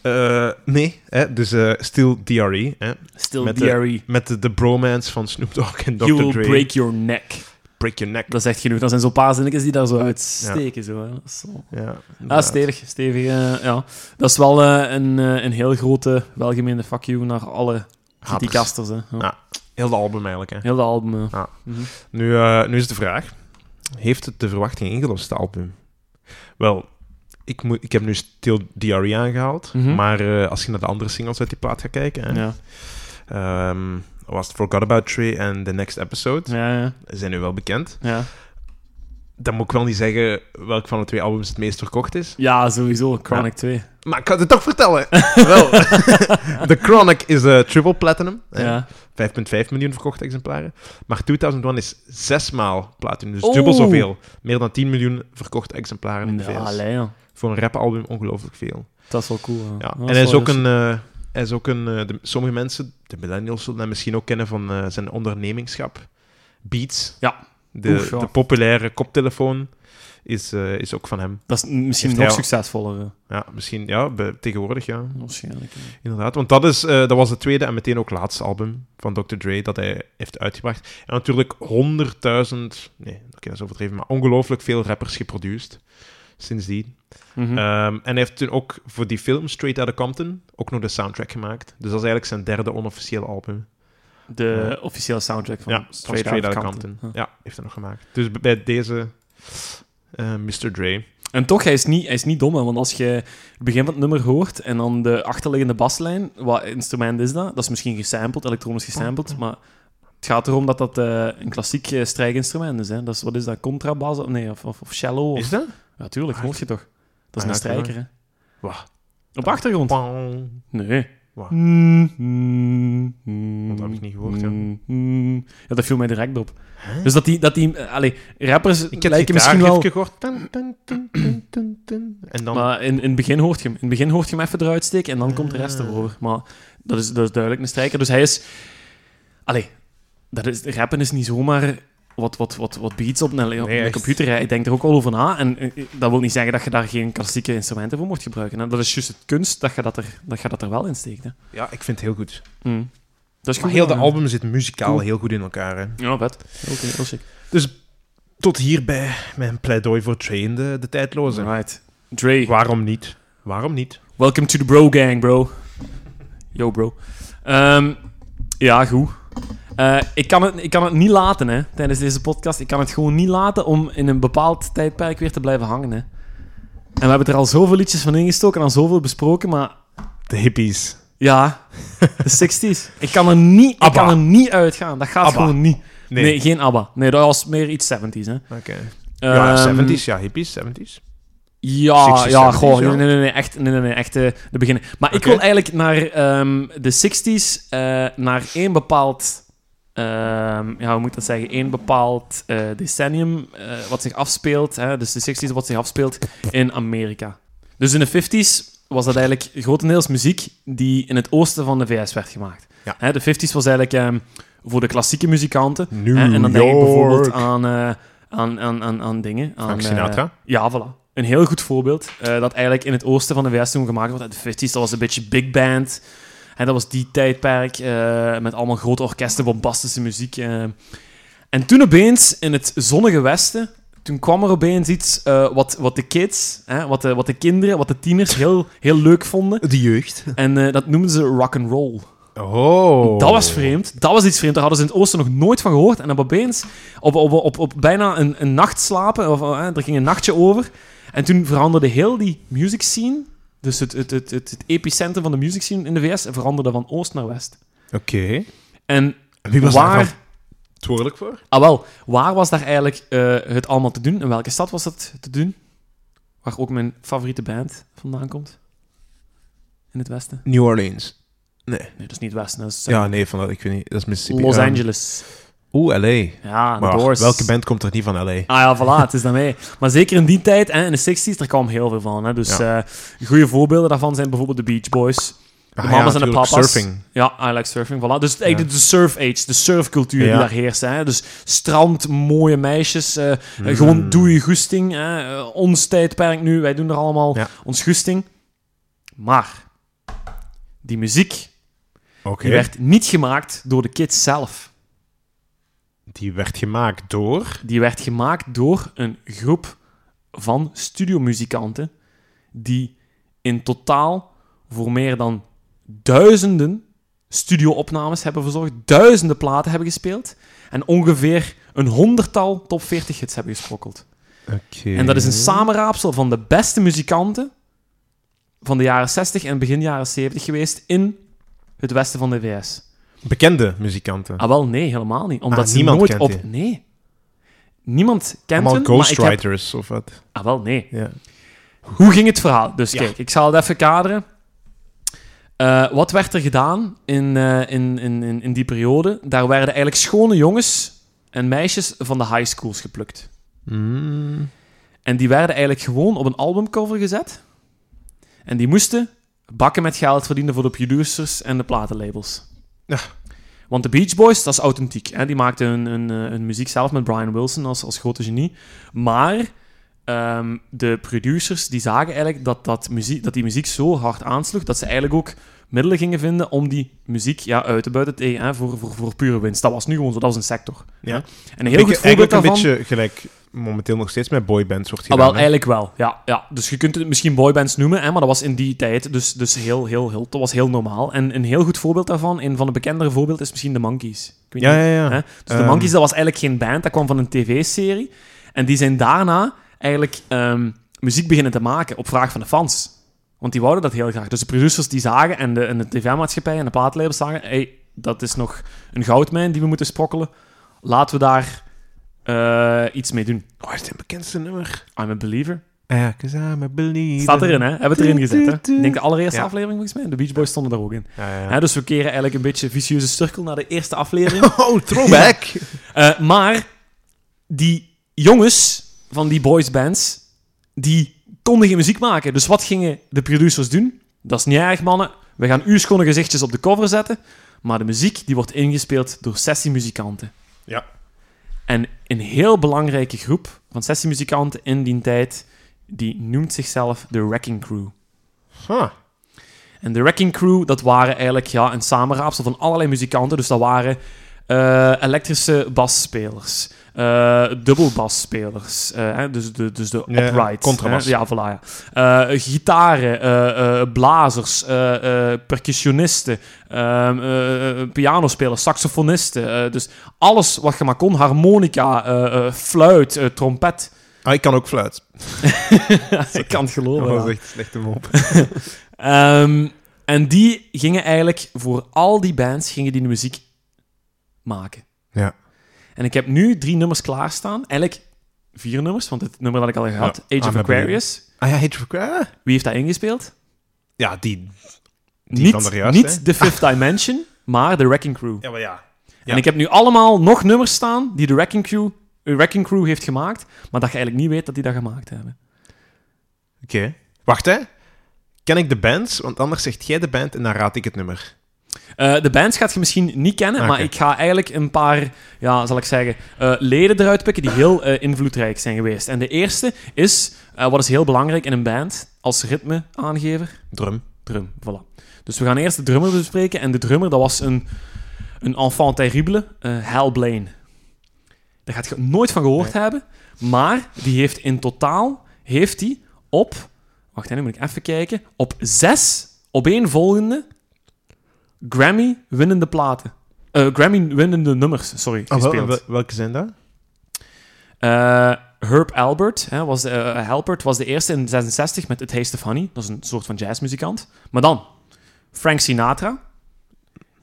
Eh, nee, hè, dus eh Still DRE. Hè, Still Met de- DRE. met de, de bromance van Snoop Dogg en Dr. You will Dre. break your neck. Break your neck. Dat is echt genoeg. Dat zijn zo'n paar zinnetjes die daar zo uitsteken. Zo, hè. Dat is zo. Ja, Ah, inderdaad. stevig, stevig. eh, ja. Dat is wel eh, een, eh, een heel grote, welgemeende fuck you naar alle Haters. criticasters. Hè. Ja. Ja. Heel de album eigenlijk. Hè. Heel de album. eh. Ja. Mhm. Nu, eh, nu is de vraag: heeft het de verwachting ingelost, het album? Wel, ik, moet, ik heb nu Still DRE aangehaald, Mhm. maar eh, als je naar de andere singles uit die plaat gaat kijken, hè, Ja. ehm, was het Forgot About Tree en The Next Episode, Ja, ja, zijn nu wel bekend. ja. Dan moet ik wel niet zeggen welk van de twee albums het meest verkocht is, ja, sowieso. Chronic 2. maar ik kan het toch vertellen. wel, The Chronic is eh, triple platinum, hè, Ja. 5,5 miljoen verkochte exemplaren, maar 2001 is zesmaal platinum, dus Oeh. dubbel zoveel. Meer dan 10 miljoen verkochte exemplaren in de Oh. Ja, VS. allee, ja. voor een rapalbum ongelooflijk veel. Dat is wel cool. Ja. Ja. Dat En hij is wel dus- ook heel een... eh, hij is ook een eh, de- sommige mensen, de millennials, zullen hem misschien ook kennen van eh, zijn ondernemingschap. Beats. Ja. De, Oef, ja. de populaire koptelefoon is, eh, is ook van hem. Dat is m- misschien Heeft nog hij al- succesvoller. eh, Ja, misschien, ja, be- tegenwoordig, ja, Waarschijnlijk. eh. inderdaad. Want dat, is, eh, dat was het tweede en meteen ook laatste album van Dr. Dre dat hij heeft uitgebracht. En natuurlijk 100.000, nee, oké, dat is overdreven, maar ongelooflijk veel rappers geproduceerd sindsdien. Mhm. Ehm, en hij heeft toen ook voor die film Straight Outta Compton ook nog de soundtrack gemaakt. Dus dat is eigenlijk zijn derde onofficiële album. de officiële soundtrack van ja, van Straight, Straight Outta Outta Compton. Ja. Ja, heeft hij nog gemaakt. Dus b- bij deze eh, Mr. Dre. En toch, hij is, niet, hij is niet dom, hè, want als je het begin van het nummer hoort en dan de achterliggende baslijn, wat instrument is dat? Dat is misschien gesampled, elektronisch gesampled, maar het gaat erom dat dat eh, een klassiek eh, strijkinstrument is. Hè. Dat is, wat is dat, contrabas? of- Nee, of, of, of cello? Of... Is dat? Ja, tuurlijk, hoort je toch. Dat is Ah, een ja, strijker, hè. Wat? Op de achtergrond. Pang. Nee. Wat? Mm, mm, mm, Dat heb ik niet gehoord, ja. mm, mm. Ja, dat viel mij direct op. Dus dat die, dat die eh, allee, rappers Ik heb het lijken misschien wel... gehoord. Tun, tun, tun, tun, tun, tun. En dan... Maar in, in het begin hoort je hem. In het begin hoort je hem even eruit steken en dan komt de Ah. rest erover. Maar dat is, dat is duidelijk een strijker. Dus hij is... Allee, dat is, rappen is niet zomaar wat, wat, wat, wat beats op een, op Nee, een echt. computer. Hij denkt er ook al over na. En eh, eh, dat wil niet zeggen dat je daar geen klassieke instrumenten voor moet gebruiken. hè. Dat is juist het kunst dat je dat er, dat je dat er wel in steekt. Hè. Ja, ik vind het heel goed. Mm. Dat is Hmm. Maar goed heel de gedaan, hè. album zit muzikaal Cool. heel goed in elkaar. Hè. Ja, vet. Oké, heel sick. Dus tot hierbij mijn pleidooi voor Dre en de, de tijdloze. Right. Dre, Waarom niet? Waarom niet? welcome to the bro gang, bro. Yo, bro. Ehm, ja, goed. Eh, ik, kan het, ik kan het niet laten, hè, tijdens deze podcast. Ik kan het gewoon niet laten om in een bepaald tijdperk weer te blijven hangen, hè. En we hebben er al zoveel liedjes van ingestoken en al zoveel besproken, maar De hippies. ja, de 60s. Ik kan er niet, ik ABBA. kan er niet uitgaan. Dat gaat ABBA. gewoon niet. Nee. Nee. geen ABBA. Nee, dat was meer iets 70s, hè. Oké. Ja, Ehm, 70s, ja, hippies, 70s. Ja, 60s, ja, 70s, goh, ja. nee, nee, nee, echt, nee, nee, nee, echt eh, de beginnen. Maar ik Oké. wil eigenlijk naar ehm, de 60s, eh, naar één bepaald, ehm, ja, hoe moet ik dat zeggen, één bepaald eh, decennium eh, wat zich afspeelt, hè, dus de 60s wat zich afspeelt in Amerika. Dus in de 50s was dat eigenlijk grotendeels muziek die in het oosten van de VS werd gemaakt. Ja. Hè, de 50s was eigenlijk ehm, voor de klassieke muzikanten. New hè, en dan denk ik bijvoorbeeld York. aan, eh, aan, aan, aan, aan dingen. Aan, Frank eh, Sinatra. ja, voilà. Een heel goed voorbeeld eh, dat eigenlijk in het oosten van de VS toen gemaakt werd. Uit de 50s, dat was een beetje big band. En dat was die tijdperk eh, met allemaal grote orkesten, bombastische muziek. eh. En toen opeens, in het zonnige westen, toen kwam er opeens iets eh, wat, wat de kids, hè, wat, de, wat de kinderen, wat de tieners heel, heel leuk vonden. De jeugd. En eh, dat noemden ze rock and roll. Oh. Dat was vreemd. Dat was iets vreemd. Daar hadden ze in het oosten nog nooit van gehoord. En dan opeens, op, op, op, op bijna een, een nacht slapen, of, eh, er ging een nachtje over. En toen veranderde heel die music scene, dus het, het, het, het, het epicentrum van de music scene in de VS, veranderde van oost naar west. Oké. En En Wie was Waar- daar verantwoordelijk voor? ah wel, waar was daar eigenlijk eh, het allemaal te doen? In welke stad was dat te doen? Waar ook mijn favoriete band vandaan komt. In het westen? New Orleans. Nee. Nee, dat is niet het westen, dat is eh, Ja, nee, van, ik weet niet. Dat is Mississippi. Los Ja. Angeles. Oeh, L.A. Ja, de Maar Doors. welke band komt er niet van L.A.? Ah ja, voilà, het is dan mij. Maar zeker in die tijd, hè, in de 60s, er kwam heel veel van. Hè. Dus eh goede voorbeelden daarvan zijn bijvoorbeeld de Beach Boys. De Ah, mama's ja, en de natuurlijk, papa's. Surfing. Ja, I like surfing. Voilà. Dus eigenlijk de surf age, de surfcultuur die Ja. daar heerst. Hè. Dus strand, mooie meisjes. eh, eh, Mm. Gewoon doe je goesting. Hè. Eh, ons tijdperk nu, wij doen er allemaal Ja. ons goesting. Maar Die muziek Oké. die werd niet gemaakt door de kids zelf. Die werd gemaakt door... Die werd gemaakt door een groep van studiomuzikanten die in totaal voor meer dan duizenden studioopnames hebben verzorgd, duizenden platen hebben gespeeld en ongeveer een honderdtal top 40 hits hebben gesprokkeld. Oké. En dat is een samenraapsel van de beste muzikanten van de jaren 60 en begin jaren 70 geweest in het westen van de VS. Bekende muzikanten. Ah, wel, nee, helemaal niet. Omdat Ah, ze niemand nooit kent op... die. Nee. Niemand kent Allemaal hem, maar ik heb... ghostwriters of wat. Ah, wel, nee. Ja. Hoe ging het verhaal? Dus Ja. kijk, ik zal het even kaderen. Eh, wat werd er gedaan in, eh, in, in, in, in die periode? Daar werden eigenlijk schone jongens en meisjes van de high schools geplukt. Hmm. Mm. En die werden eigenlijk gewoon op een albumcover gezet. En die moesten bakken met geld verdienen voor de producers en de platenlabels. Ja. Want de Beach Boys, dat is authentiek. Hè? Die maakten hun, hun, eh, hun muziek zelf met Brian Wilson als, als grote genie. Maar ehm, de producers die zagen eigenlijk dat, dat, muziek, dat die muziek zo hard aansloeg... dat ze eigenlijk ook middelen gingen vinden om die muziek ja, uit te buiten tegen, hè, voor, voor, voor pure winst. Dat was nu gewoon zo, dat was een sector. Ja. En een heel goed voorbeeld eigenlijk daarvan... een beetje gelijk momenteel nog steeds met boybands wordt Ah, gedaan. wel, hè? eigenlijk wel. Ja, ja. Dus je kunt het misschien boybands noemen, hè, maar dat was in die tijd dus, dus heel, heel, heel, dat was heel normaal. En een heel goed voorbeeld daarvan, een van de bekendere voorbeelden, is misschien de Monkeys. Ik weet Ja, niet, ja, ja. hè. Dus de Ehm. Monkeys, dat was eigenlijk geen band, dat kwam van een tv-serie. En die zijn daarna eigenlijk ehm, muziek beginnen te maken op vraag van de fans. Want die wouden dat heel graag. Dus de producers die zagen en de, en de tv-maatschappij en de plaatlabels zagen, hey, dat is nog een goudmijn die we moeten sprokkelen. Laten we daar eh, iets mee doen. Oh, is dit bekendste nummer? I'm a believer. Ja, cause I'm a believer. Staat erin, hè? Hebben we het erin gezet, hè? Ik denk de allereerste Ja. aflevering, volgens mij. De Beach Boys stonden daar ook in. Ja, ja. Hè, dus we keren eigenlijk een beetje vicieuze cirkel naar de eerste aflevering. Oh, throwback! Eh, maar die jongens van die boysbands, die konden geen muziek maken. Dus wat gingen de producers doen? Dat is niet erg, mannen. We gaan uw schone gezichtjes op de cover zetten. Maar de muziek die wordt ingespeeld door sessiemuzikanten. Ja. En een heel belangrijke groep van sessiemuzikanten in die tijd, die noemt zichzelf de Wrecking Crew. Huh. En de Wrecking Crew, dat waren eigenlijk ja, een samenraapsel van allerlei muzikanten. Dus dat waren eh, elektrische basspelers, eh dubbelbasspelers, eh, hè, dus de, dus de Ja, upright. contrabas. hè, ja, voilà, ja. Eh, gitaren, eh, eh, blazers, eh, eh, percussionisten, ehm, eh, eh, pianospelers, saxofonisten. eh, dus alles wat je maar kon, harmonica, eh, eh, fluit, eh, trompet. Ah, ik kan ook fluit. Ik kan het geloven. dat ja. was echt slechte mop. Ehm, en die gingen eigenlijk voor al die bands gingen die de muziek maken. Ja. En ik heb nu drie nummers klaarstaan. Eigenlijk vier nummers, want het nummer dat ik al gehad. Ja, Age of I'm a Aquarius. Ah ja, Hate for ah. Wie heeft dat ingespeeld? Ja, die. niet van daarjuist, niet hè? de Fifth Dimension, maar de Wrecking Crew. Ja, maar ja. Ja. En ik heb nu allemaal nog nummers staan die de Wrecking Crew, de Wrecking Crew heeft gemaakt, maar dat je eigenlijk niet weet dat die dat gemaakt hebben. Oké. Wacht, hè. Ken ik de bands? Want anders zegt jij de band en dan raad ik het nummer. Eh, de bands gaat je misschien niet kennen, Oké. maar ik ga eigenlijk een paar, ja, zal ik zeggen, eh, leden eruit pikken die heel eh, invloedrijk zijn geweest. En de eerste is, eh, wat is heel belangrijk in een band, als ritmeaangever, Drum. drum. Voilà. Dus we gaan eerst de drummer bespreken. En de drummer, dat was een, een enfant terrible, eh Hal Blaine. Daar gaat je nooit van gehoord hebben, maar die heeft in totaal, heeft die op, wacht hè, nu moet ik even kijken, op zes opeenvolgende Grammy-winnende platen. Eh, Grammy-winnende nummers, sorry, Ah, wel- gespeeld. wel- welke zijn dat? Eh, Herb Albert, hè, was de, eh, Halpert, was de eerste in 66 met It Taste of Honey. Dat is een soort van jazzmuzikant. Maar dan Frank Sinatra.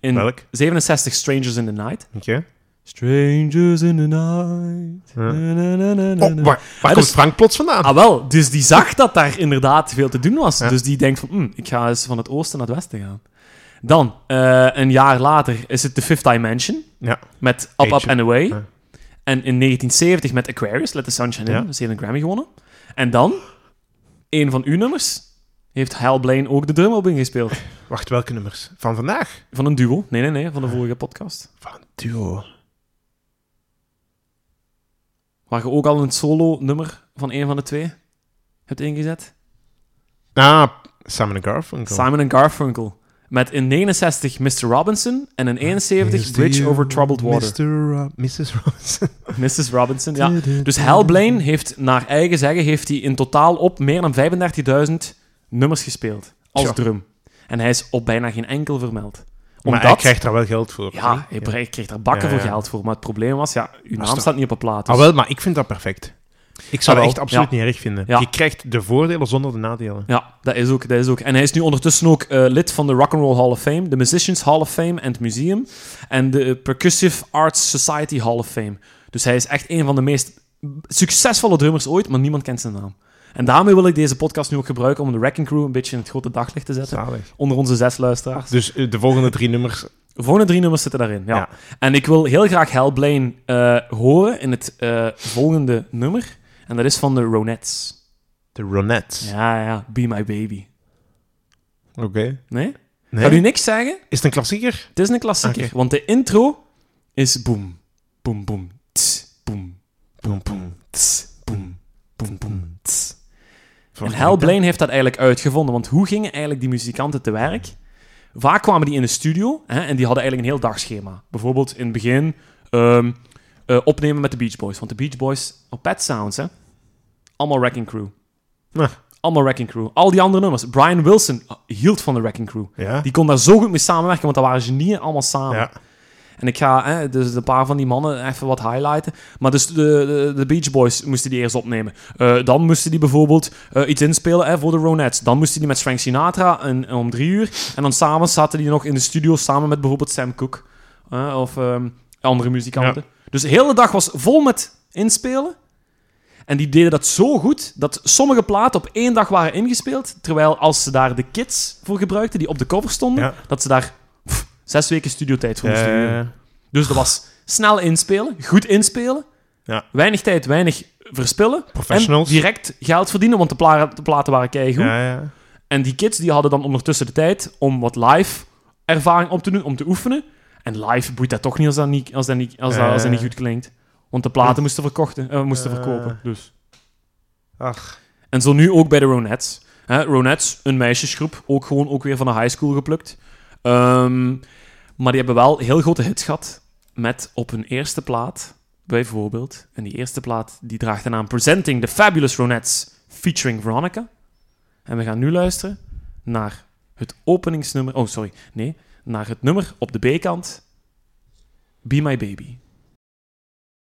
In Welk? 67 Strangers in the Night. Oké. Strangers in the Night. Ja. Na, na, na, na, na, na. Oh, waar, waar Ah, komt dus- Frank plots vandaan? Ah wel, dus die zag dat daar inderdaad veel te doen was. Ja. Dus die denkt van, "Hm, ik ga eens van het oosten naar het westen gaan. Dan, eh, een jaar later, is het The Fifth Dimension Ja. met Up, Up Eentje. and Away. Ja. En in 1970 met Aquarius, Let the Sunshine In. Ja. Ze heeft een Grammy gewonnen. En dan, een van uw nummers, heeft Hal Blaine ook de drum op ingespeeld. Wacht, welke nummers? Van vandaag? Van een duo. Nee, nee, nee, van de vorige podcast. Van een duo. Waar je ook al een solo-nummer van een van de twee hebt ingezet. Ah, Simon en Garfunkel. Simon en Garfunkel. Met in 69 Mr. Robinson en in Ah, 71 Bridge Over Troubled Water. Mr. Ro- Mrs. Robinson. Mrs. Robinson, ja. Dus Hellblaine heeft, naar eigen zeggen, heeft hij in totaal op meer dan 35.000 nummers gespeeld. Als Tja. drum. En hij is op bijna geen enkel vermeld. Maar Omdat... hij krijgt daar wel geld voor. Ja, niet? hij bre- kreeg daar bakken Ja, ja. voor geld voor. Maar het probleem was, ja, uw Maar naam sta- staat niet op een plaat. dus- Ah, wel, maar ik vind dat perfect. Ik zou Ah, dat wel, echt absoluut ja. niet erg vinden. Ja. Je krijgt de voordelen zonder de nadelen. Ja, dat is, ook, dat is ook. En hij is nu ondertussen ook eh, lid van de Rock'n'Roll Hall of Fame, de Musicians Hall of Fame en het museum. En de Percussive Arts Society Hall of Fame. Dus hij is echt een van de meest succesvolle drummers ooit, maar niemand kent zijn naam. En daarmee wil ik deze podcast nu ook gebruiken om de Wrecking Crew een beetje in het grote daglicht te zetten. Zalig. Onder onze zes luisteraars. Dus eh, de volgende drie nummers. De volgende drie nummers zitten daarin. Ja. Ja. En ik wil heel graag Hellblaine eh, horen in het eh, volgende nummer. En dat is van de Ronettes. De Ronettes. Ja, ja, Be My Baby. Oké. Nee? Nee? Kan u niks zeggen? Is het een klassieker? Het is een klassieker, Oké. want de intro is boem, boem, boem, ts, boem, Boom, boom. ts, boem, boem, boem, ts. En Verwacht ik niet, hè? Hellblaine heeft dat eigenlijk uitgevonden, want hoe gingen eigenlijk die muzikanten te werk? Vaak kwamen die in de studio hè, en die hadden eigenlijk een heel dagschema. Bijvoorbeeld in het begin ehm, eh, opnemen met de Beach Boys, want de Beach Boys op Pet Sounds, hè? Allemaal Wrecking Crew. Ah. Allemaal Wrecking Crew. Al die andere nummers. Brian Wilson ah, hield van de Wrecking Crew. Ja. Die Ah, kon daar zo goed mee samenwerken, want daar waren genieën allemaal samen. ja. En ik ga hè, dus een paar van die mannen even wat highlighten. Maar dus de, de, de Beach Boys moesten die eerst opnemen. Eh, dan moesten die bijvoorbeeld eh, iets inspelen hè, voor de Ronettes. Dan moesten die met Frank Sinatra en, om drie uur. En dan samen zaten die nog in de studio samen met bijvoorbeeld Sam Cooke. hè, of ehm, andere muzikanten. Dus de hele dag was vol met inspelen. En die deden dat zo goed dat sommige platen op één dag waren ingespeeld. Terwijl als ze daar de kids voor gebruikten, die op de cover stonden, Ja. dat ze daar pff, zes weken studiotijd voor moesten huren. Eh, Dus dat was snel inspelen, goed inspelen, Ja. weinig tijd, weinig verspillen. En professionals. direct geld verdienen, want de, pla- de platen waren keigoed. Ja, ja. En die kids die hadden dan ondertussen de tijd om wat live ervaring op te doen, om te oefenen. En live boeit dat toch niet als dat niet, als dat niet, als dat, als dat niet Eh. goed klinkt. Want de platen moesten, verkochten, eh, moesten Eh. verkopen. Dus. Ach. En zo nu ook bij de Ronettes. Hè, Ronettes, een meisjesgroep, ook gewoon ook weer van de high school geplukt. Ehm, maar die hebben wel heel grote hits gehad met op hun eerste plaat, bijvoorbeeld. En die eerste plaat die draagt de naam Presenting the Fabulous Ronettes featuring Veronica. En we gaan nu luisteren naar het openingsnummer. Oh, sorry. Nee, naar het nummer op de B-kant. Be My Baby.